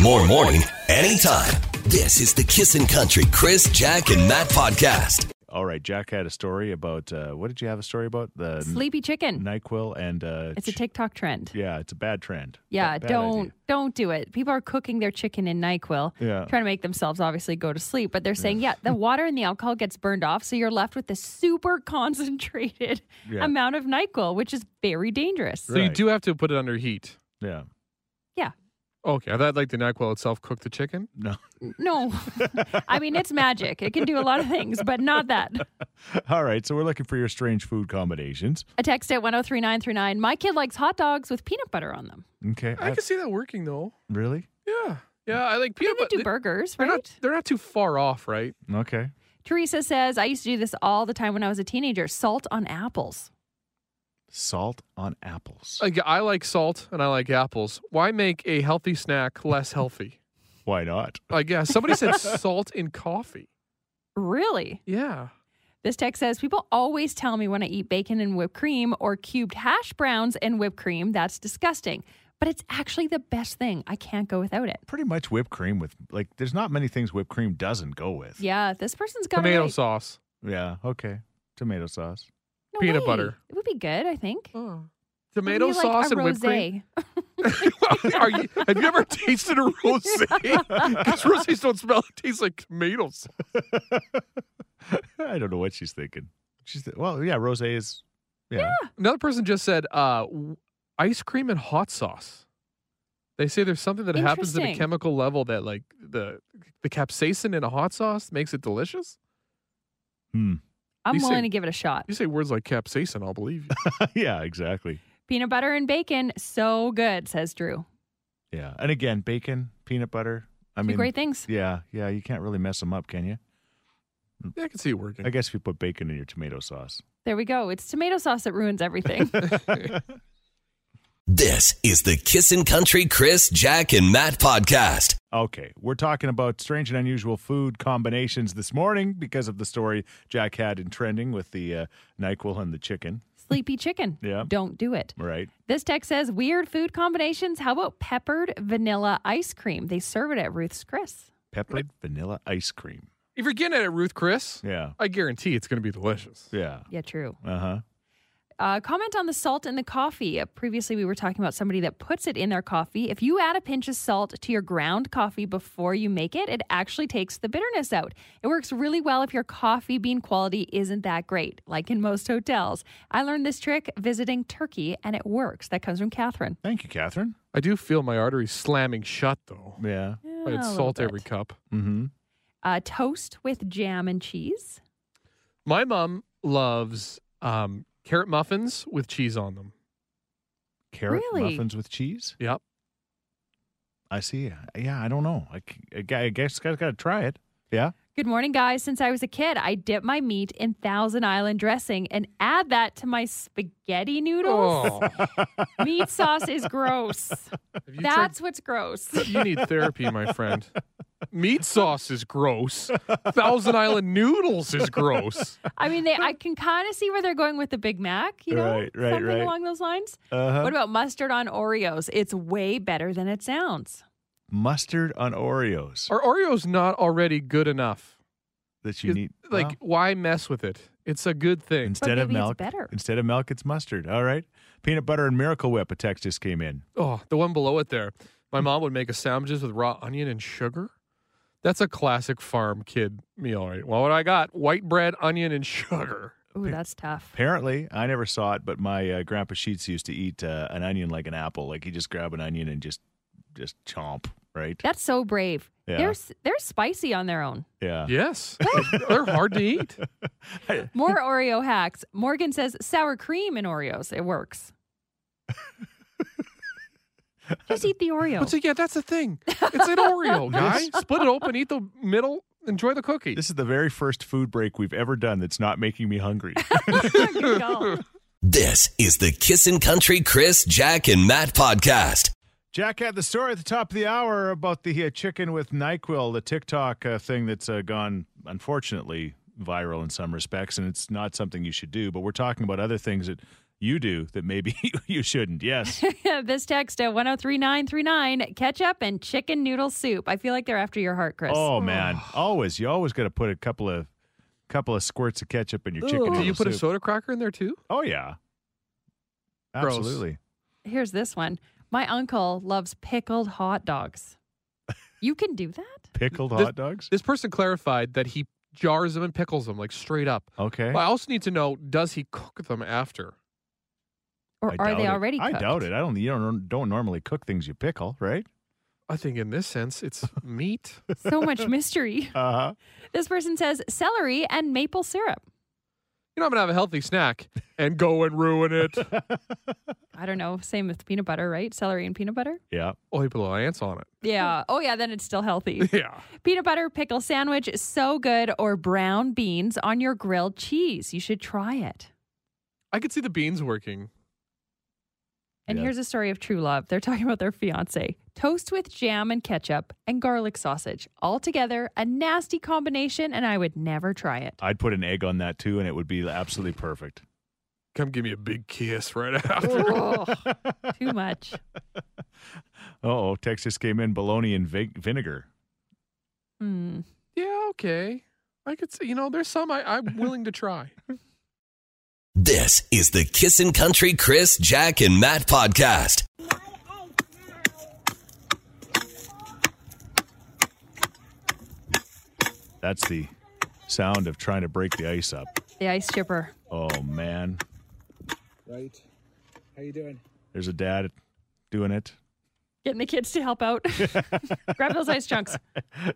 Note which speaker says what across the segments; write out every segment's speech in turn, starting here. Speaker 1: more morning, anytime. This is the Kissin' Country Chris, Jack, and Matt podcast.
Speaker 2: All right, Jack had a story about uh, what did you have a story about? The
Speaker 3: Sleepy chicken.
Speaker 2: Nyquil and uh,
Speaker 3: It's a
Speaker 2: ch-
Speaker 3: TikTok trend.
Speaker 2: yeah, it's a bad trend.
Speaker 3: Yeah,
Speaker 2: Ba- bad
Speaker 3: don't
Speaker 2: idea.
Speaker 3: don't do it. People are cooking their chicken in NyQuil,
Speaker 2: Yeah.
Speaker 3: trying to make themselves obviously go to sleep, but they're saying, yeah, the water and the alcohol gets burned off, so you're left with this super concentrated
Speaker 2: Yeah.
Speaker 3: amount of NyQuil, which is very dangerous.
Speaker 4: So you
Speaker 2: Right.
Speaker 4: do have to put it under heat.
Speaker 2: Yeah,
Speaker 4: Okay, I thought like the Nyquil itself cooked the chicken.
Speaker 2: no.
Speaker 3: No. I mean, it's magic. It can do a lot of things, but not that.
Speaker 2: All right, so we're looking for your strange food combinations.
Speaker 3: A text at 103939. My kid likes hot dogs with peanut butter on them.
Speaker 2: Okay,
Speaker 4: I
Speaker 2: I-
Speaker 4: can see that working though.
Speaker 2: really?
Speaker 4: Yeah, yeah. I like
Speaker 3: They
Speaker 4: peanut butter.
Speaker 3: do burgers,
Speaker 4: they're
Speaker 3: right?
Speaker 4: not. They're not too far off, right?
Speaker 2: Okay,
Speaker 3: Teresa says, I used to do this all the time when I was a teenager salt on apples.
Speaker 2: salt on apples.
Speaker 4: Like I like salt and I like apples. Why make a healthy snack less healthy?
Speaker 2: Why not?
Speaker 4: I guess somebody said salt in coffee.
Speaker 3: Really?
Speaker 4: Yeah.
Speaker 3: This text says, People always tell me when I eat bacon and whipped cream or cubed hash browns and whipped cream, that's disgusting. But it's actually the best thing. I can't go without it.
Speaker 2: Pretty much whipped cream with like. There's not many things whipped cream doesn't go with.
Speaker 3: Yeah, this person's got it
Speaker 4: Tomato
Speaker 3: right.
Speaker 4: sauce.
Speaker 2: Yeah. Okay. Tomato sauce.
Speaker 3: No
Speaker 4: peanut
Speaker 3: way.
Speaker 4: butter.
Speaker 3: It would be good, I think.
Speaker 4: Oh. Tomato
Speaker 3: Maybe like
Speaker 4: sauce
Speaker 3: a
Speaker 4: and whipped cream.
Speaker 3: rosé.
Speaker 4: Are you, have you ever tasted a rosé? Because rosés don't smell; it tastes like tomatoes.
Speaker 2: I don't know what she's thinking. She's th- well, yeah. Rosé is. Yeah.
Speaker 4: Another person just said uh, w- ice cream and hot sauce. They say there's something that happens at a
Speaker 3: Interesting.
Speaker 4: chemical level that, like the the capsaicin in a hot sauce, makes it delicious.
Speaker 2: Hmm.
Speaker 3: I'm
Speaker 4: You say-
Speaker 3: willing to give it a shot.
Speaker 4: You say words like capsaicin, I'll believe you.
Speaker 2: yeah. Exactly.
Speaker 3: Peanut butter and bacon, so good, says Drew.
Speaker 2: Yeah. And again, bacon, peanut butter. I
Speaker 3: Two
Speaker 2: mean,
Speaker 3: great things.
Speaker 2: yeah, yeah. You can't really mess them up, can you?
Speaker 4: yeah, I can see it working.
Speaker 2: I guess if you put bacon in your tomato sauce.
Speaker 3: There we go. It's tomato sauce that ruins everything.
Speaker 1: This is the Kissin' Country Chris, Jack, and Matt podcast.
Speaker 2: Okay, we're talking about strange and unusual food combinations this morning because of the story Jack had in trending with the uh, Nyquil and the chicken.
Speaker 3: Sleepy chicken.
Speaker 2: Yeah.
Speaker 3: Don't do it.
Speaker 2: Right?
Speaker 3: This text says weird food combinations. How about peppered vanilla ice cream? They serve it at Ruth's Chris.
Speaker 2: Peppered vanilla ice cream.
Speaker 4: If you're getting it at Ruth Chris,
Speaker 2: Yeah,
Speaker 4: I guarantee it's going to be delicious.
Speaker 2: yeah.
Speaker 3: Yeah, true.
Speaker 2: Uh huh.
Speaker 3: Uh, comment on the salt in the coffee. Uh, previously, we were talking about somebody that puts it in their coffee. If you add a pinch of salt to your ground coffee before you make it, it actually takes the bitterness out. It works really well if your coffee bean quality isn't that great, like in most hotels. I learned this trick visiting Turkey, and it works. That comes from Catherine.
Speaker 2: Thank you, Catherine.
Speaker 4: I do feel my arteries slamming shut though.
Speaker 2: Yeah.
Speaker 4: I
Speaker 3: Yeah, a
Speaker 4: had
Speaker 3: little
Speaker 4: salt
Speaker 3: bit.
Speaker 4: every cup.
Speaker 2: Mm hmm.
Speaker 3: Uh, toast with jam and cheese.
Speaker 4: My mom loves um, carrot muffins with cheese on them.
Speaker 2: Carrot
Speaker 3: Really?
Speaker 2: muffins with cheese.
Speaker 4: Yep.
Speaker 2: I see. Yeah, I don't know. I, c- I gu- I guess guys got to try it. Yeah.
Speaker 3: Good morning, guys. Since I was a kid, I dip my meat in Thousand Island dressing and add that to my spaghetti noodles.
Speaker 4: Oh,
Speaker 3: Meat sauce is gross.
Speaker 4: have you tried
Speaker 3: That's what's gross.
Speaker 4: You need therapy, my friend. Meat sauce is gross. Thousand Island noodles is gross.
Speaker 3: I mean, they, I can kind of see where they're going with the Big Mac, you know,
Speaker 2: Right, right,
Speaker 3: something
Speaker 2: right.
Speaker 3: along those lines.
Speaker 2: Uh huh.
Speaker 3: What about mustard on Oreos? It's way better than it sounds.
Speaker 2: Mustard on Oreos
Speaker 4: Are Oreos not already good enough?
Speaker 2: that you
Speaker 4: Is-
Speaker 2: need.
Speaker 4: Like,
Speaker 2: Wow.
Speaker 4: why mess with it? It's a good thing.
Speaker 2: Instead of
Speaker 3: maybe it's
Speaker 2: milk,
Speaker 3: better.
Speaker 2: instead of milk, it's mustard. All right. Peanut butter and Miracle Whip. A text just came in.
Speaker 4: Oh, the one below it there. My mom would make us sandwiches with raw onion and sugar. That's a classic farm kid meal, right? Well, what I got white bread, onion, and sugar.
Speaker 3: Ooh, that's tough.
Speaker 2: Apparently, I never saw it, but my uh, grandpa Sheets used to eat uh, an onion like an apple. Like he just grab an onion and just just chomp. Right.
Speaker 3: That's so brave.
Speaker 2: Yeah.
Speaker 3: They're s- they're spicy on their own.
Speaker 2: Yeah.
Speaker 4: Yes. They're hard to eat.
Speaker 3: More Oreo hacks. Morgan says sour cream in Oreos. It works. Just eat the Oreo.
Speaker 4: But so, yeah, that's the thing. It's an Oreo, guy. Split it open, eat the middle, enjoy the cookie.
Speaker 2: This is the very first food break we've ever done that's not making me hungry.
Speaker 3: Good call.
Speaker 1: This is the Kissin' Country Chris, Jack, and Matt podcast.
Speaker 2: Jack had the story at the top of the hour about the uh, chicken with NyQuil, the TikTok uh, thing that's uh, gone, unfortunately, viral in some respects, and it's not something you should do. But we're talking about other things that you do that maybe you shouldn't. Yes.
Speaker 3: this text at 103939 ketchup and chicken noodle soup. I feel like they're after your heart, Chris.
Speaker 2: Oh man, always you always got to put a couple of couple of squirts of ketchup in your chicken.
Speaker 3: Ooh.
Speaker 4: Do
Speaker 2: noodle
Speaker 4: you put a
Speaker 2: soup.
Speaker 4: soda cracker in there too?
Speaker 2: Oh yeah,
Speaker 4: Gross.
Speaker 2: absolutely.
Speaker 3: Here's this one. My uncle loves pickled hot dogs. You can do that?
Speaker 2: Pickled
Speaker 4: This-
Speaker 2: hot dogs.
Speaker 4: This person clarified that he jars them and pickles them like straight up.
Speaker 2: Okay.
Speaker 4: But I also need to know: does he cook them after?
Speaker 3: Or
Speaker 2: I
Speaker 3: are
Speaker 2: doubt
Speaker 3: they
Speaker 2: it.
Speaker 3: already cooked?
Speaker 2: I doubt it. I don't. You don't don't normally cook things you pickle, right?
Speaker 4: I think in this sense, it's meat.
Speaker 3: So much mystery.
Speaker 2: Uh huh.
Speaker 3: This person says celery and maple syrup.
Speaker 4: You know, I'm gonna have a healthy snack and go and ruin it.
Speaker 3: I don't know. Same with peanut butter, right? Celery and peanut butter?
Speaker 2: Yeah.
Speaker 4: oh, he put little ants on it.
Speaker 3: Yeah. Oh, yeah. Then it's still healthy.
Speaker 4: Yeah.
Speaker 3: peanut butter pickle sandwich, so good. Or brown beans on your grilled cheese. You should try it.
Speaker 4: I could see the beans working.
Speaker 3: And
Speaker 2: Yeah.
Speaker 3: here's a story of true love. They're talking about their fiance. Toast with jam and ketchup and garlic sausage. All together, a nasty combination, and I would never try it.
Speaker 2: I'd put an egg on that too, and it would be absolutely perfect.
Speaker 4: Come give me a big kiss right after.
Speaker 3: Ugh, too much.
Speaker 2: Oh, Texas came in bologna and vig- vinegar.
Speaker 3: Hmm.
Speaker 4: yeah, okay. I could see. You know, there's some I, I'm willing to try.
Speaker 1: This is the Kissin' Country Chris, Jack, and Matt podcast.
Speaker 2: That's the sound of trying to break the ice up.
Speaker 3: The ice chipper.
Speaker 2: Oh man,
Speaker 5: Right. How you doing?
Speaker 2: there's a dad doing it.
Speaker 3: Getting the kids to help out. Grab those ice chunks.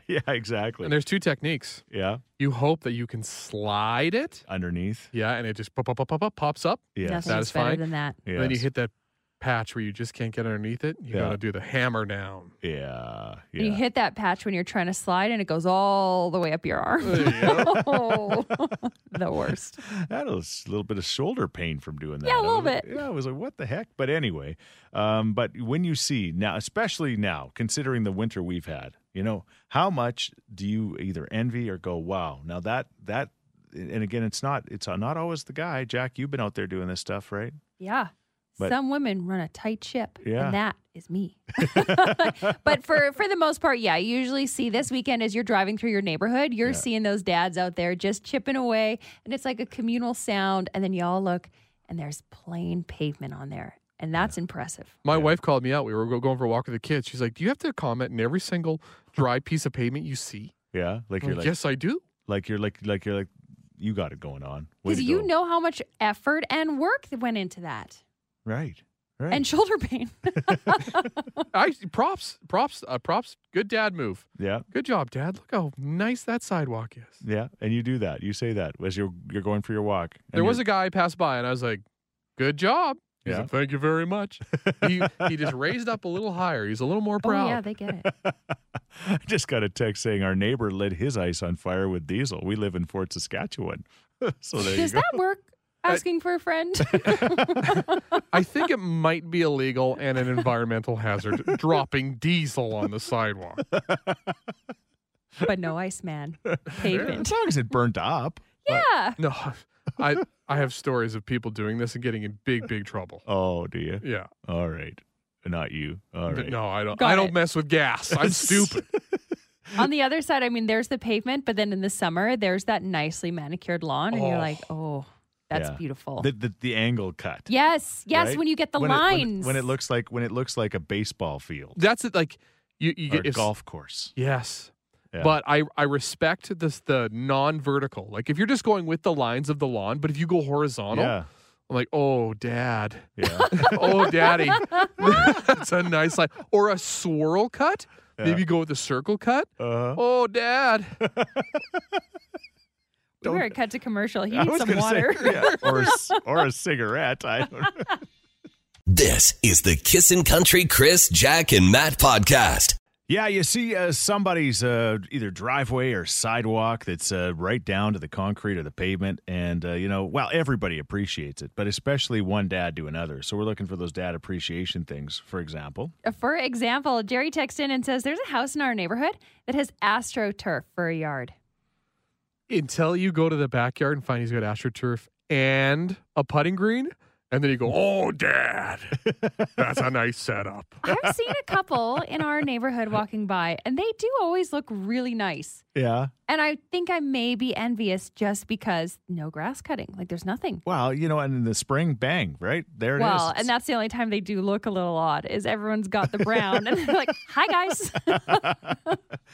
Speaker 2: yeah, exactly.
Speaker 4: And there's two techniques.
Speaker 2: yeah,
Speaker 4: You hope that you can slide it.
Speaker 2: underneath.
Speaker 4: Yeah, and it just pop, pop, pop, pop, pop, pops up.
Speaker 2: Yes.
Speaker 3: Nothing's better
Speaker 4: Satisfying.
Speaker 3: than that.
Speaker 4: And then you
Speaker 2: Yes.
Speaker 4: hit that patch where you just can't get underneath it. You
Speaker 2: Yeah.
Speaker 4: got to do the hammer down.
Speaker 2: Yeah.
Speaker 3: And You
Speaker 2: Yeah.
Speaker 3: hit that patch when you're trying to slide, and it goes all the way up your arm. Oh, the worst.
Speaker 2: That was a little bit of shoulder pain from doing that.
Speaker 3: Yeah, a
Speaker 2: I
Speaker 3: little
Speaker 2: was-
Speaker 3: bit.
Speaker 2: Yeah, I was like, what the heck? But anyway, um, but when you see now, especially now, considering the winter we've had, you know, how much do you either envy or go, wow? Now that that, and again, it's not it's not always the guy. Jack, you've been out there doing this stuff, right?
Speaker 3: Yeah.
Speaker 2: But-
Speaker 3: Some women run a tight ship,
Speaker 2: Yeah.
Speaker 3: and that is me. but for for the most part, yeah, you usually see this weekend as you're driving through your neighborhood, you're seeing those dads out there just chipping away, and it's like a communal sound. And then y'all look, and there's plain pavement on there, and that's impressive.
Speaker 4: My wife called me out. We were go- going for a walk with the kids. She's like, "Do you have to comment in every single dry piece of pavement you see?"
Speaker 2: Yeah, like
Speaker 4: I'm
Speaker 2: you're like,
Speaker 4: like, yes, I do.
Speaker 2: like you're like like you're like you got it going on. Way
Speaker 3: Because
Speaker 2: to
Speaker 3: you
Speaker 2: go.
Speaker 3: know how much effort and work that went into that,
Speaker 2: right, right,
Speaker 3: and shoulder pain.
Speaker 4: I props, props, uh, props. Good dad move.
Speaker 2: yeah.
Speaker 4: Good job, Dad. Look how nice that sidewalk is.
Speaker 2: Yeah, and you do that. You say that as you're you're going for your walk. and
Speaker 4: There
Speaker 2: you're-
Speaker 4: was a guy I passed by, and I was like, "Good job." He's
Speaker 2: Yeah.
Speaker 4: like, "Thank you very much." he he just raised up a little higher. He's a little more
Speaker 3: oh
Speaker 4: proud.
Speaker 3: yeah, they get it.
Speaker 2: I just got a text saying our neighbor lit his ice on fire with diesel. We live in Fort Saskatchewan. so there
Speaker 3: Does
Speaker 2: you go.
Speaker 3: that work? Asking for a friend.
Speaker 4: I think it might be illegal and an environmental hazard dropping diesel on the sidewalk.
Speaker 3: but no ice man.
Speaker 2: As
Speaker 3: Pavement.
Speaker 2: long as it burnt up.
Speaker 3: Yeah.
Speaker 4: No, I I have stories of people doing this and getting in big big trouble.
Speaker 2: Oh, do you?
Speaker 4: Yeah,
Speaker 2: All right. Not you. All
Speaker 4: but
Speaker 2: right.
Speaker 4: no, I don't.
Speaker 3: Got
Speaker 4: I
Speaker 3: it.
Speaker 4: don't mess with gas. I'm stupid.
Speaker 3: On the other side, I mean, there's the pavement, but then in the summer, there's that nicely manicured lawn, and you're
Speaker 4: Oh.
Speaker 3: like, oh, that's
Speaker 2: Yeah.
Speaker 3: beautiful.
Speaker 2: The, the the angle cut.
Speaker 3: yes, yes,
Speaker 2: right?
Speaker 3: when you get the
Speaker 2: When it- when it-
Speaker 3: lines.
Speaker 2: when, it looks like when it looks like a baseball field
Speaker 4: That's it. Like you, you
Speaker 2: or
Speaker 4: get if-
Speaker 2: golf course.
Speaker 4: Yes.
Speaker 2: Yeah.
Speaker 4: But I, I respect this the non-vertical. Like if you're just going with the lines of the lawn, but if you go horizontal,
Speaker 2: Yeah.
Speaker 4: I'm like, oh dad,
Speaker 2: Yeah.
Speaker 4: oh daddy, that's a nice line. Or a swirl cut. Maybe go with the circle cut.
Speaker 2: Uh,
Speaker 4: Oh dad,
Speaker 3: we were cut to commercial. He
Speaker 2: I
Speaker 3: needs
Speaker 2: was
Speaker 3: some
Speaker 2: gonna say,
Speaker 3: water.
Speaker 2: yeah, or a c- or a cigarette. I don't know.
Speaker 1: This is the Kissin' Country Chris, Jack, and Matt podcast.
Speaker 2: Yeah, you see uh, somebody's uh, either driveway or sidewalk that's uh, right down to the concrete or the pavement. And, uh, you know, well, everybody appreciates it, but especially one dad to another. So we're looking for those dad appreciation things, for example.
Speaker 3: For example, Jerry texts in and says, There's a house in our neighborhood that has astroturf for a yard.
Speaker 4: until you go to the backyard and find he's got astroturf and a putting green, And then you go, "Oh, Dad, that's a nice setup."
Speaker 3: I've seen a couple in our neighborhood walking by, and they do always look really nice.
Speaker 2: Yeah.
Speaker 3: And I think I may be envious just because no grass cutting. Like there's nothing.
Speaker 2: Well, you know, and in the spring, bang, right? There it is.
Speaker 3: Well,
Speaker 2: It's-
Speaker 3: and that's the only time they do look a little odd is everyone's got the brown and they're like, hi guys.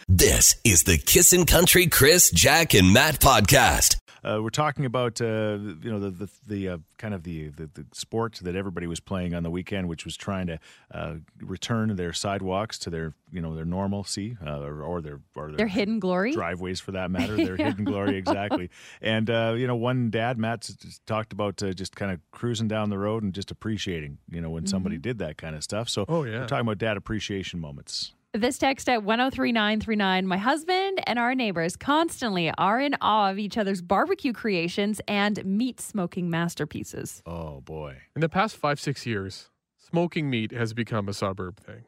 Speaker 1: This is the Kissin' Country Chris, Jack, and Matt podcast.
Speaker 2: uh, we're talking about uh, you know the the, the uh, kind of the, the the sport that everybody was playing on the weekend, which was trying to uh, return their sidewalks to their you know their normalcy uh, or, or their or their,
Speaker 3: Their hidden glory.
Speaker 2: driveways for that matter. Their hidden glory exactly. And uh, you know, one dad Matt s- s- talked about uh, just kind of cruising down the road and just appreciating you know when
Speaker 3: Mm-hmm.
Speaker 2: somebody did that kind of stuff. So
Speaker 4: Oh,
Speaker 2: we're
Speaker 4: yeah.
Speaker 2: talking about dad appreciation moments.
Speaker 3: This text at 103939 My husband and our neighbors constantly are in awe of each other's barbecue creations and meat smoking masterpieces.
Speaker 2: Oh boy.
Speaker 4: In the past five, six years, smoking meat has become a suburb thing,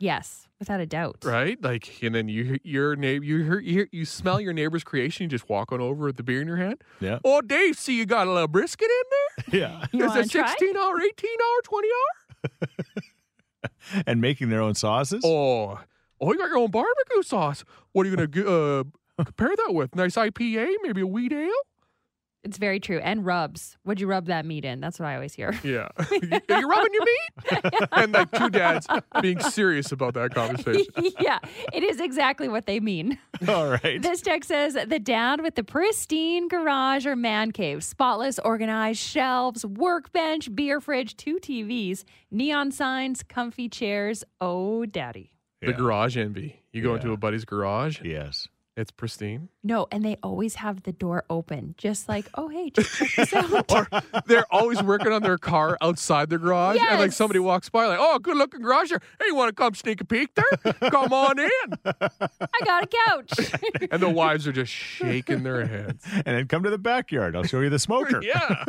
Speaker 3: Yes, without a doubt.
Speaker 4: right? Like, and then you, your neighbor, you hear, you, hear, you smell your neighbor's creation, you just walk on over with the beer in your hand.
Speaker 2: Yeah.
Speaker 4: Oh, Dave, see you got a little brisket in there.
Speaker 2: Yeah.
Speaker 3: You
Speaker 4: Is
Speaker 3: wanna
Speaker 4: it
Speaker 3: try?
Speaker 4: sixteen hour, eighteen hour, twenty hour?
Speaker 2: And making their own sauces.
Speaker 4: Oh, oh, you got your own barbecue sauce. What are you gonna g- uh, compare that with? Nice IPA, maybe a wheat ale.
Speaker 3: It's very true. And rubs. Would you rub that meat in? That's what I always hear.
Speaker 4: Yeah, you're rubbing your meat, and like two dads being serious about that conversation.
Speaker 3: yeah, it is exactly what they mean.
Speaker 2: All right.
Speaker 3: This text says the dad with the pristine garage or man cave, spotless, organized shelves, workbench, beer fridge, two TVs, neon signs, comfy chairs. Oh, daddy.
Speaker 4: The
Speaker 2: Yeah.
Speaker 4: garage envy. You go into
Speaker 2: Yeah.
Speaker 4: a buddy's garage,
Speaker 2: Yes.
Speaker 4: it's pristine.
Speaker 3: No, and they always have the door open, just like, oh, hey, just check this out.
Speaker 4: Or they're always working on their car outside the garage, and like
Speaker 3: Yes.
Speaker 4: somebody walks by, like, "Oh, good looking garage there. Hey, you want to come sneak a peek there? Come on in."
Speaker 3: I got a couch.
Speaker 4: And the wives are just shaking their heads.
Speaker 2: And then come to the backyard. I'll show you the smoker.
Speaker 4: Yeah.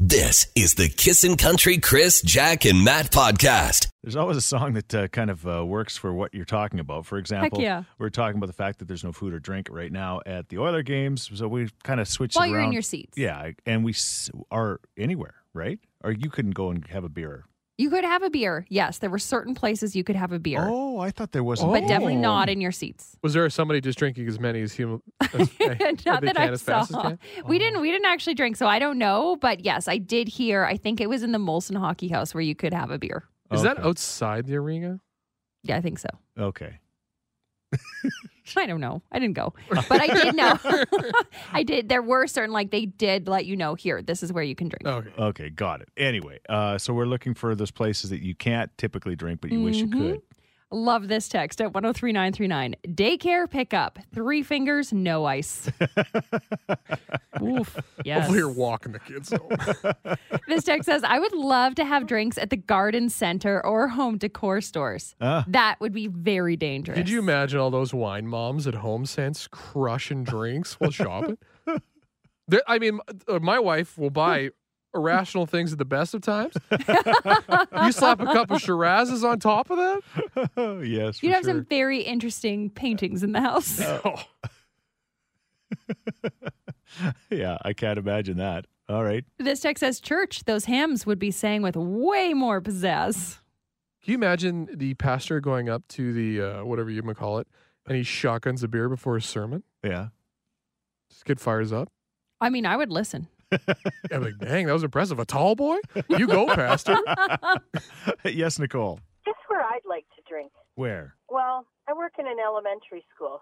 Speaker 1: This is the Kissin' Country Chris, Jack, and Matt podcast.
Speaker 2: There's always a song that uh, kind of uh, works for what you're talking about. For example,
Speaker 3: yeah.
Speaker 2: we're talking about the fact that there's no food or drink right now at the Oiler games, so we kind of switched
Speaker 3: While
Speaker 2: it
Speaker 3: you're in
Speaker 2: around.
Speaker 3: your seats.
Speaker 2: Yeah, and we s- are anywhere, right? Or you couldn't go and have a beer.
Speaker 3: You could have a beer. Yes, there were certain places you could have a beer,
Speaker 2: Oh, I thought there wasn't.
Speaker 3: but definitely
Speaker 4: Oh.
Speaker 3: not in your seats.
Speaker 4: Was there somebody just drinking as many as human? As,
Speaker 3: not that I saw. We
Speaker 4: Oh.
Speaker 3: didn't. We didn't actually drink, so I don't know. But yes, I did hear. I think it was in the Molson Hockey House where you could have a beer.
Speaker 4: Is that
Speaker 2: Okay.
Speaker 4: outside the arena?
Speaker 3: Yeah, I think so.
Speaker 2: okay?
Speaker 3: I don't know. I didn't go, but I did know. I did. There were certain like they did let you know here. This is where you can drink.
Speaker 4: Okay.
Speaker 2: Okay, got it. Anyway, uh, so we're looking for those places that you can't typically drink, but you wish you
Speaker 3: Mhm.
Speaker 2: could.
Speaker 3: Love this text at 103939. Daycare pickup. Three fingers, no ice. Oof. Yes.
Speaker 4: Hopefully, Oh, you're walking the kids home.
Speaker 3: This text says, I would love to have drinks at the garden center or home decor stores.
Speaker 2: Ah.
Speaker 3: That would be very dangerous.
Speaker 4: Could you imagine all those wine moms at Home Sense crushing drinks while shopping? There, I mean, uh, my wife will buy irrational things at the best of times. you slap a couple Shirazes on top of that.
Speaker 2: Ah, yes,
Speaker 3: You'd
Speaker 2: for
Speaker 3: have some very interesting paintings in the house.
Speaker 2: sure. Yeah, I can't imagine that. All right.
Speaker 3: This text says, Church, those hymns would be sang with way more pizzazz.
Speaker 4: Can you imagine the pastor going up to the uh, whatever you might call it, and he shotguns a beer before his sermon?
Speaker 2: Yeah.
Speaker 4: This kid fires up.
Speaker 3: I mean, I would listen.
Speaker 4: I'm like, dang, that was impressive. A tall boy? You go, pastor.
Speaker 2: yes, Nicole.
Speaker 6: Guess where I'd like to drink?
Speaker 2: Where?
Speaker 6: Well, I work in an elementary school.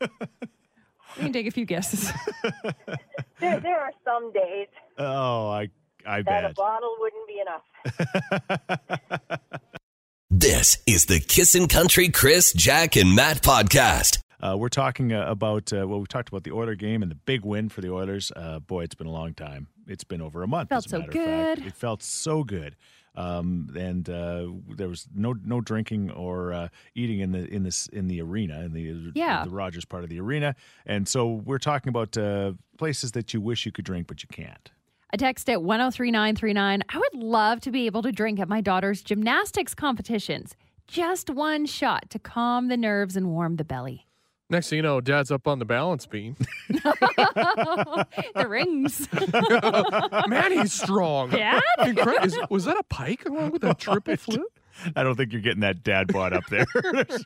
Speaker 3: You can take a few guesses.
Speaker 6: There, there are some days
Speaker 2: Oh, I I
Speaker 6: that a
Speaker 2: bet.
Speaker 6: bottle wouldn't be enough.
Speaker 1: This is the Kissin' Country Chris, Jack, and Matt podcast.
Speaker 2: Uh, we're talking uh, about uh, well, we talked about the Oiler game and the big win for the Oilers. Uh, boy, it's been a long time. It's been over a month.
Speaker 3: Felt
Speaker 2: as a
Speaker 3: so
Speaker 2: matter of fact.
Speaker 3: good.
Speaker 2: It felt so good. Um, and uh, there was no no drinking or uh, eating in the in this in the arena in the
Speaker 3: Yeah.
Speaker 2: the Rogers part of the arena. And so we're talking about uh, places that you wish you could drink but you can't.
Speaker 3: A text at 103939. I would love to be able to drink at my daughter's gymnastics competitions. Just one shot to calm the nerves and warm the belly.
Speaker 4: Next thing you know, dad's up on the balance beam.
Speaker 3: the rings.
Speaker 4: Man, he's strong.
Speaker 3: Dad?
Speaker 4: Incredible. Is, was that a pike along with that triple flip?
Speaker 2: I don't think you're getting that dad bod up there. there's,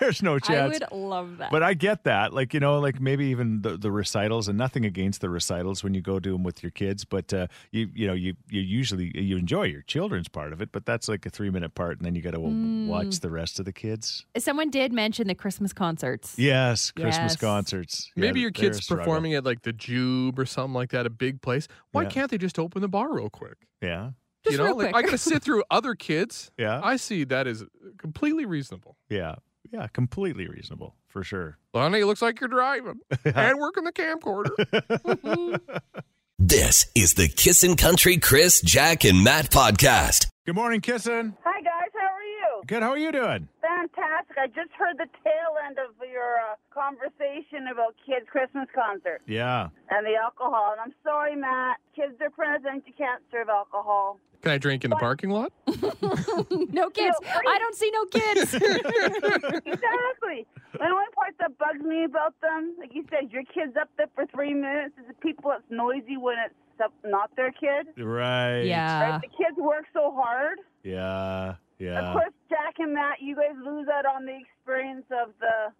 Speaker 2: there's no
Speaker 3: I
Speaker 2: chance.
Speaker 3: would love that.
Speaker 2: But I get that. Like, you know, like maybe even the, the recitals and nothing against the recitals when you go do them with your kids, but uh, you you know, you you usually you enjoy your children's part of it, but that's like a 3-minute part and then you got to
Speaker 3: Mm.
Speaker 2: watch the rest of the kids.
Speaker 3: Someone did mention the Christmas concerts.
Speaker 2: Yes, Christmas
Speaker 3: Yes.
Speaker 2: concerts. Yeah,
Speaker 4: Maybe your
Speaker 2: they're
Speaker 4: kid's
Speaker 2: a struggle.
Speaker 4: performing at like the Jube or something like that, a big place. Why
Speaker 2: Yeah.
Speaker 4: can't they just open the bar real quick?
Speaker 2: Yeah.
Speaker 3: Just
Speaker 4: you know,
Speaker 3: real
Speaker 4: like I
Speaker 3: quick.
Speaker 4: gotta sit through other kids.
Speaker 2: Yeah.
Speaker 4: I see that is completely reasonable.
Speaker 2: Yeah. Yeah, completely reasonable, for sure.
Speaker 4: Lonnie, it looks like you're driving and working the camcorder.
Speaker 1: This is the Kissin' Country Chris, Jack, and Matt podcast.
Speaker 2: Good morning, Kissin.
Speaker 6: Hi, guys. How are you?
Speaker 2: Good, how are you doing?
Speaker 6: Fantastic. I just heard the tail end of your uh, conversation about kids' Christmas concert
Speaker 2: Yeah.
Speaker 6: and the alcohol. And I'm sorry, Matt. Kids are present. You can't serve alcohol.
Speaker 4: Can I drink in the parking lot?
Speaker 3: no kids.
Speaker 6: No, right.
Speaker 3: I don't see no kids.
Speaker 6: exactly. And one part that bugs me about them, like you said, your kid's up there for three minutes. It's the people that's noisy when it's up- not their kid.
Speaker 2: Right.
Speaker 3: yeah.
Speaker 6: Right? The kids work so hard.
Speaker 2: Yeah.
Speaker 6: of
Speaker 2: Yeah.
Speaker 6: course, Jack and Matt, you guys lose out on the experience of the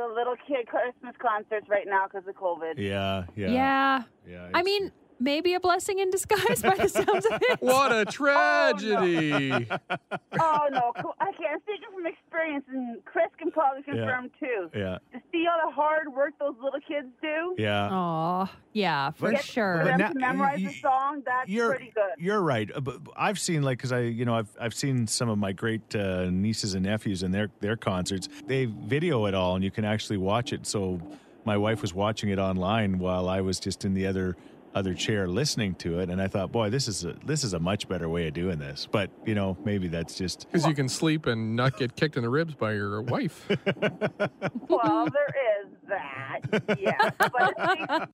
Speaker 6: the little kid Christmas concerts right now because of COVID.
Speaker 2: Yeah. Yeah.
Speaker 3: Yeah.
Speaker 2: Yeah.
Speaker 3: I
Speaker 2: it's-
Speaker 3: mean, maybe a blessing in disguise by the sounds of it.
Speaker 4: What a tragedy.
Speaker 6: Oh no, co- I can't. Speaking from experience, and Chris can probably confirm too.
Speaker 2: Yeah.
Speaker 6: To see all the hard work those little kids do.
Speaker 2: Yeah.
Speaker 3: Aw, yeah,
Speaker 2: But-
Speaker 3: for
Speaker 6: For
Speaker 2: but
Speaker 3: sure.
Speaker 6: them
Speaker 2: now-
Speaker 6: to memorize
Speaker 2: y-
Speaker 6: the song, that's
Speaker 2: you're
Speaker 6: pretty good.
Speaker 2: you're right. Uh, But I've seen like because I you know I've I've seen some of my great uh, nieces and nephews and their their concerts. They video it all and you can actually watch it. So my wife was watching it online while I was just in the other other chair listening to it, and I thought, boy, this is a this is a much better way of doing this. But you know maybe that's just
Speaker 4: Because you can sleep and not get kicked in the ribs by your wife.
Speaker 6: Well, there is that. Yeah. But at least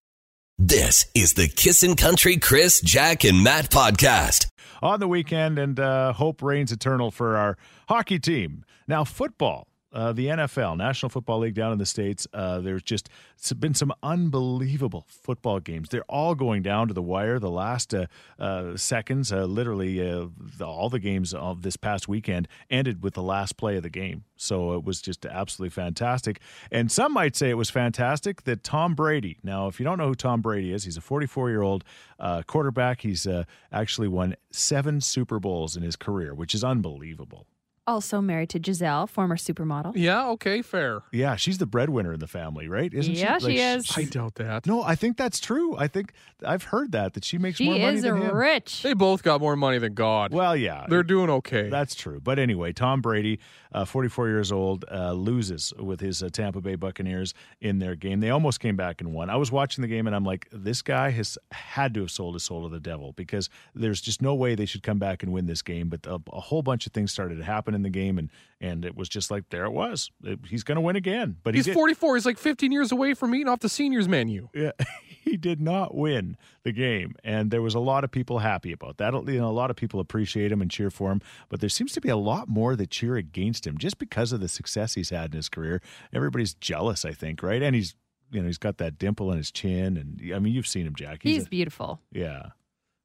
Speaker 1: This is the Kissin' Country Chris, Jack, and Matt podcast.
Speaker 2: on the weekend, and uh, hope reigns eternal for our hockey team. Now, football. Uh, the NFL, National Football League down in the States, uh, there's just s- been some unbelievable football games. They're all going down to the wire. The last uh, uh, seconds, uh, literally, uh, the, all the games of this past weekend ended with the last play of the game. So it was just absolutely fantastic. And some might say it was fantastic that Tom Brady. Now, if you don't know who Tom Brady is, he's a 44 year old uh, quarterback. He's uh, actually won seven Super Bowls in his career, which is unbelievable.
Speaker 3: Also married to Giselle, former supermodel.
Speaker 4: yeah, okay, fair.
Speaker 2: Yeah, she's the breadwinner in the family, right? Isn't
Speaker 3: Yeah,
Speaker 2: she?
Speaker 3: she is.
Speaker 4: I doubt that.
Speaker 2: No, I think that's true. I think I've heard that that she makes
Speaker 3: She
Speaker 2: more money
Speaker 3: is
Speaker 2: than him.
Speaker 3: rich.
Speaker 4: They both got more money than God.
Speaker 2: Well, yeah,
Speaker 4: They're doing okay.
Speaker 2: That's true. But anyway, Tom Brady, uh, 44 years old, uh, loses with his uh, Tampa Bay Buccaneers in their game. They almost came back and won. I was watching the game and I'm like, this guy has had to have sold his soul to the devil because there's just no way they should come back and win this game. But a, a whole bunch of things started to happen in the game, and and it was just like there it was. It- he's going to win again. But
Speaker 4: He's
Speaker 2: he did,
Speaker 4: 44. He's like 15 years away from eating off the seniors menu.
Speaker 2: yeah, he did not win the game, and there was a lot of people happy about that. You know, a lot of people appreciate him and cheer for him, but there seems to be a lot more that cheer against him just because of the success he's had in his career. Everybody's jealous, I think, right? And he's you know he's got that dimple in his chin, and I mean you've seen him, Jack.
Speaker 3: He's
Speaker 2: a-
Speaker 3: beautiful.
Speaker 2: yeah,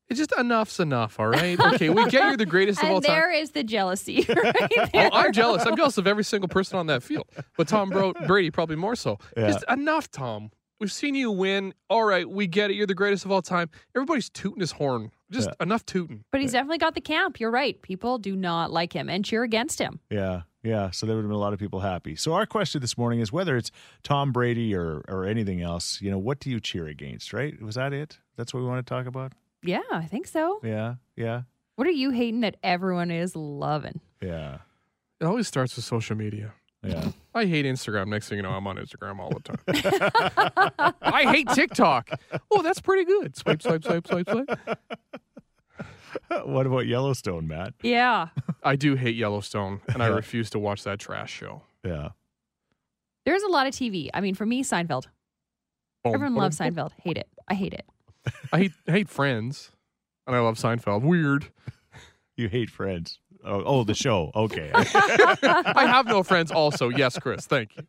Speaker 4: It's just enough's enough, all right? Okay, we get you're the greatest of all
Speaker 3: And
Speaker 4: time.
Speaker 3: there is the jealousy. right
Speaker 4: Oh,
Speaker 3: there.
Speaker 4: I'm jealous. I'm jealous of every single person on that field, but Tom Bro- Brady probably more so.
Speaker 2: Yeah.
Speaker 4: Just enough, Tom. We've seen you win. All right, we get it. You're the greatest of all time. Everybody's tooting his horn. Just enough tooting.
Speaker 3: But he's definitely got the camp. You're right. People do not like him and cheer against him.
Speaker 2: yeah, yeah. So there would have been a lot of people happy. So our question this morning is whether it's Tom Brady or or anything else. You know, what do you cheer against? Right? Was that it? That's what we want to talk about.
Speaker 3: Yeah, I think so.
Speaker 2: Yeah, yeah,
Speaker 3: What are you hating that everyone is loving?
Speaker 2: yeah,
Speaker 4: It always starts with social media.
Speaker 2: yeah.
Speaker 4: I hate Instagram. Next thing you know, I'm on Instagram all the time. I hate TikTok. Oh, that's pretty good. Swipe, swipe, swipe, swipe, swipe.
Speaker 2: what about Yellowstone, Matt?
Speaker 3: Yeah.
Speaker 4: I do hate Yellowstone, and I refuse to watch that trash show.
Speaker 2: Yeah.
Speaker 3: There's a lot of TV. I mean, for me, Seinfeld.
Speaker 2: Oh,
Speaker 4: Boom,
Speaker 3: Everyone
Speaker 4: boom,
Speaker 3: loves
Speaker 4: boom.
Speaker 3: Seinfeld. Hate it. I hate it.
Speaker 4: Oh, I hate, I hate Friends, and I love Seinfeld. Weird.
Speaker 2: You hate Friends. Oh, oh the show. Okay.
Speaker 4: I have no friends. Also, yes, Chris. Thank you.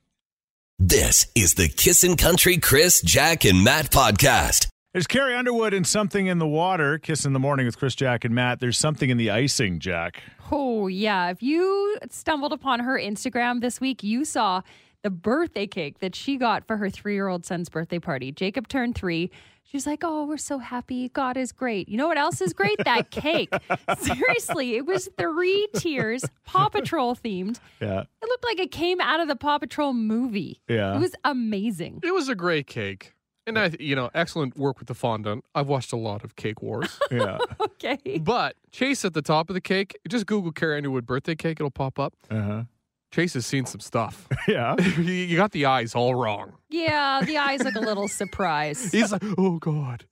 Speaker 1: This is the Kissin' Country Chris, Jack, and Matt podcast.
Speaker 2: There's Carrie Underwood and something in the water. Kiss in the morning with Chris, Jack, and Matt. There's something in the icing, Jack.
Speaker 3: Oh, yeah. If you stumbled upon her Instagram this week, you saw the birthday cake that she got for her three year old son's birthday party. Jacob turned three. She's like, Oh, we're so happy. God is great. You know what else is great? That cake. Seriously, it was three tiers, Paw Patrol themed.
Speaker 2: Yeah.
Speaker 3: It looked like it came out of the Paw Patrol movie.
Speaker 2: Yeah.
Speaker 3: It was amazing.
Speaker 4: It was a great cake. And I, you know, excellent work with the fondant. I've watched a lot of cake wars,
Speaker 2: Yeah.
Speaker 3: Okay.
Speaker 4: but Chase at the top of the cake. Just Google Carrie Underwood birthday cake; it'll pop up.
Speaker 2: Uh-huh.
Speaker 4: Chase has seen some stuff.
Speaker 2: Yeah.
Speaker 4: you you got the eyes all wrong.
Speaker 3: Yeah, the eyes look a little surprised.
Speaker 4: He's like, oh god.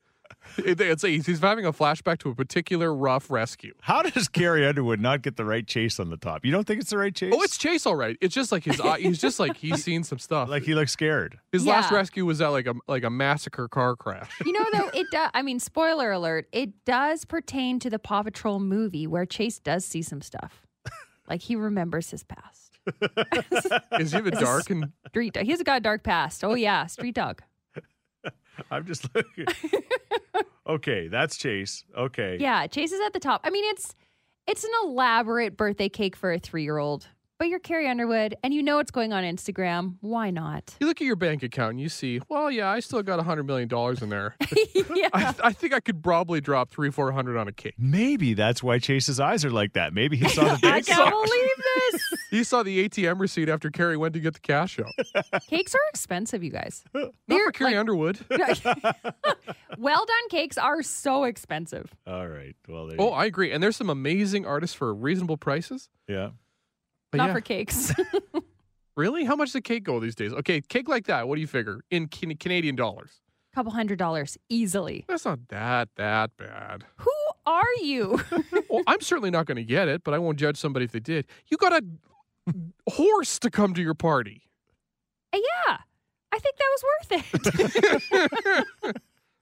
Speaker 4: It- it's he's he's having a flashback to a particular rough rescue.
Speaker 2: How does Carrie Underwood not get the right chase on the top? You don't think it's the right chase?
Speaker 4: Oh, it's Chase, all right. It's just like his eye. He's just like he's seen some stuff.
Speaker 2: like he looks scared.
Speaker 4: his last
Speaker 3: Yeah.
Speaker 4: rescue was at like a like a massacre car crash.
Speaker 3: You know, though, it does. I mean, spoiler alert, it does pertain to the Paw Patrol movie where Chase does see some stuff. Like he remembers his past.
Speaker 4: Is he have a dark and
Speaker 3: Street dog. He's got a dark past. Oh, yeah. Street dog.
Speaker 2: I'm just looking. okay, that's Chase. Okay.
Speaker 3: Yeah. Chase is at the top. I mean, it's it's an elaborate birthday cake for a three year old, but you're Carrie Underwood and you know what's going on Instagram. Why not?
Speaker 4: you look at your bank account and you see, well, yeah, I still got a hundred million dollars in there.
Speaker 3: yeah.
Speaker 4: I, I think I could probably drop three, four hundred on a cake.
Speaker 2: Maybe that's why Chase's eyes are like that. Maybe he saw the
Speaker 3: I
Speaker 2: big
Speaker 3: can't believe this.
Speaker 4: He saw the ATM receipt after Carrie went to get the cash out.
Speaker 3: Cakes are expensive, you guys.
Speaker 4: Not
Speaker 3: They're,
Speaker 4: for Carrie
Speaker 3: like-
Speaker 4: Underwood.
Speaker 3: Well done cakes are so expensive.
Speaker 2: All right. Well, there you-
Speaker 4: Oh, I agree. And there's some amazing artists for reasonable prices.
Speaker 2: yeah.
Speaker 4: But
Speaker 3: not
Speaker 4: yeah,
Speaker 3: for cakes.
Speaker 4: really, how much does cake go these days? Okay, cake like that. What do you figure in can- Canadian dollars?
Speaker 3: couple hundred dollars easily.
Speaker 4: That's not that that bad.
Speaker 3: Who are you?
Speaker 4: well, I'm certainly not going to get it, but I won't judge somebody if they did. You got a horse to come to your party.
Speaker 3: yeah, I think that was worth it.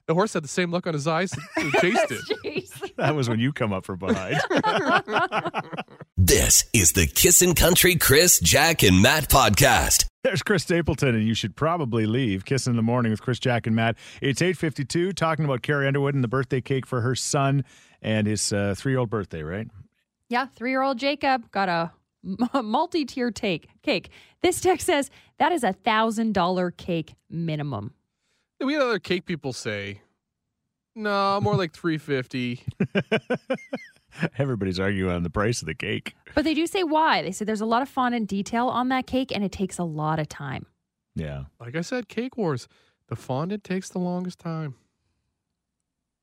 Speaker 4: The horse had the same look on his eyes that Chase did.
Speaker 3: Jeez.
Speaker 2: That was when you come up from behind.
Speaker 1: This is the Kissin' Country Chris, Jack, and Matt podcast.
Speaker 2: There's Chris Stapleton, and you should probably leave. Kiss in the morning with Chris, Jack, and Matt. It's 8:52, talking about Carrie Underwood and the birthday cake for her son and his uh, three-year-old birthday, right?
Speaker 3: Yeah, three-year-old Jacob got a m- multi-tier take cake. This text says that is a thousand dollar cake minimum.
Speaker 4: Then we had other cake people say, no, more like 350.
Speaker 2: Everybody's arguing on the price of the cake.
Speaker 3: But they do say why. They say there's a lot of fondant detail on that cake, and it takes a lot of time.
Speaker 2: Yeah,
Speaker 4: Like I said, cake wars. The fondant takes the longest time.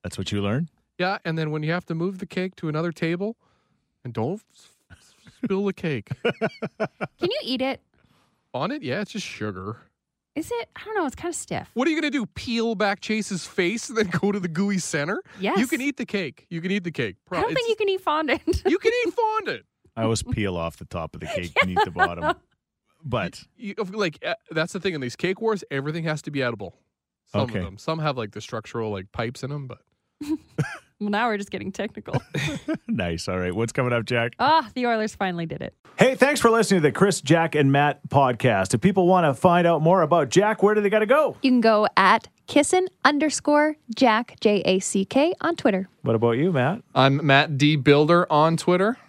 Speaker 2: that's what you learn.
Speaker 4: Yeah, and then when you have to move the cake to another table, and don't s- s- spill the cake
Speaker 3: Can you eat it?
Speaker 4: on it. Yeah, it's just sugar.
Speaker 3: Is it? I don't know. It's kind of stiff.
Speaker 4: What are you gonna do? Peel back Chase's face and then go to the gooey center? You
Speaker 3: Yes.
Speaker 4: can eat the cake. You can eat the cake.
Speaker 3: I don't think you can eat fondant.
Speaker 4: you can eat fondant.
Speaker 2: I always peel off the top of the cake and eat the bottom. But
Speaker 4: You, like uh, that's the thing in these cake wars. Everything has to be edible. Some
Speaker 2: Okay.
Speaker 4: of them. Some have like the structural like pipes in them, but
Speaker 3: well, now we're just getting technical.
Speaker 2: nice. All right, what's coming up, Jack?
Speaker 3: Ah, the Oilers finally did it.
Speaker 2: Hey, thanks for listening to the Chris, Jack, and Matt podcast. If people want to find out more about Jack, where do they got to go?
Speaker 7: You can go at kissin underscore jack, J A C K, on Twitter.
Speaker 2: What about you, Matt?
Speaker 4: I'm Matt D Builder on Twitter.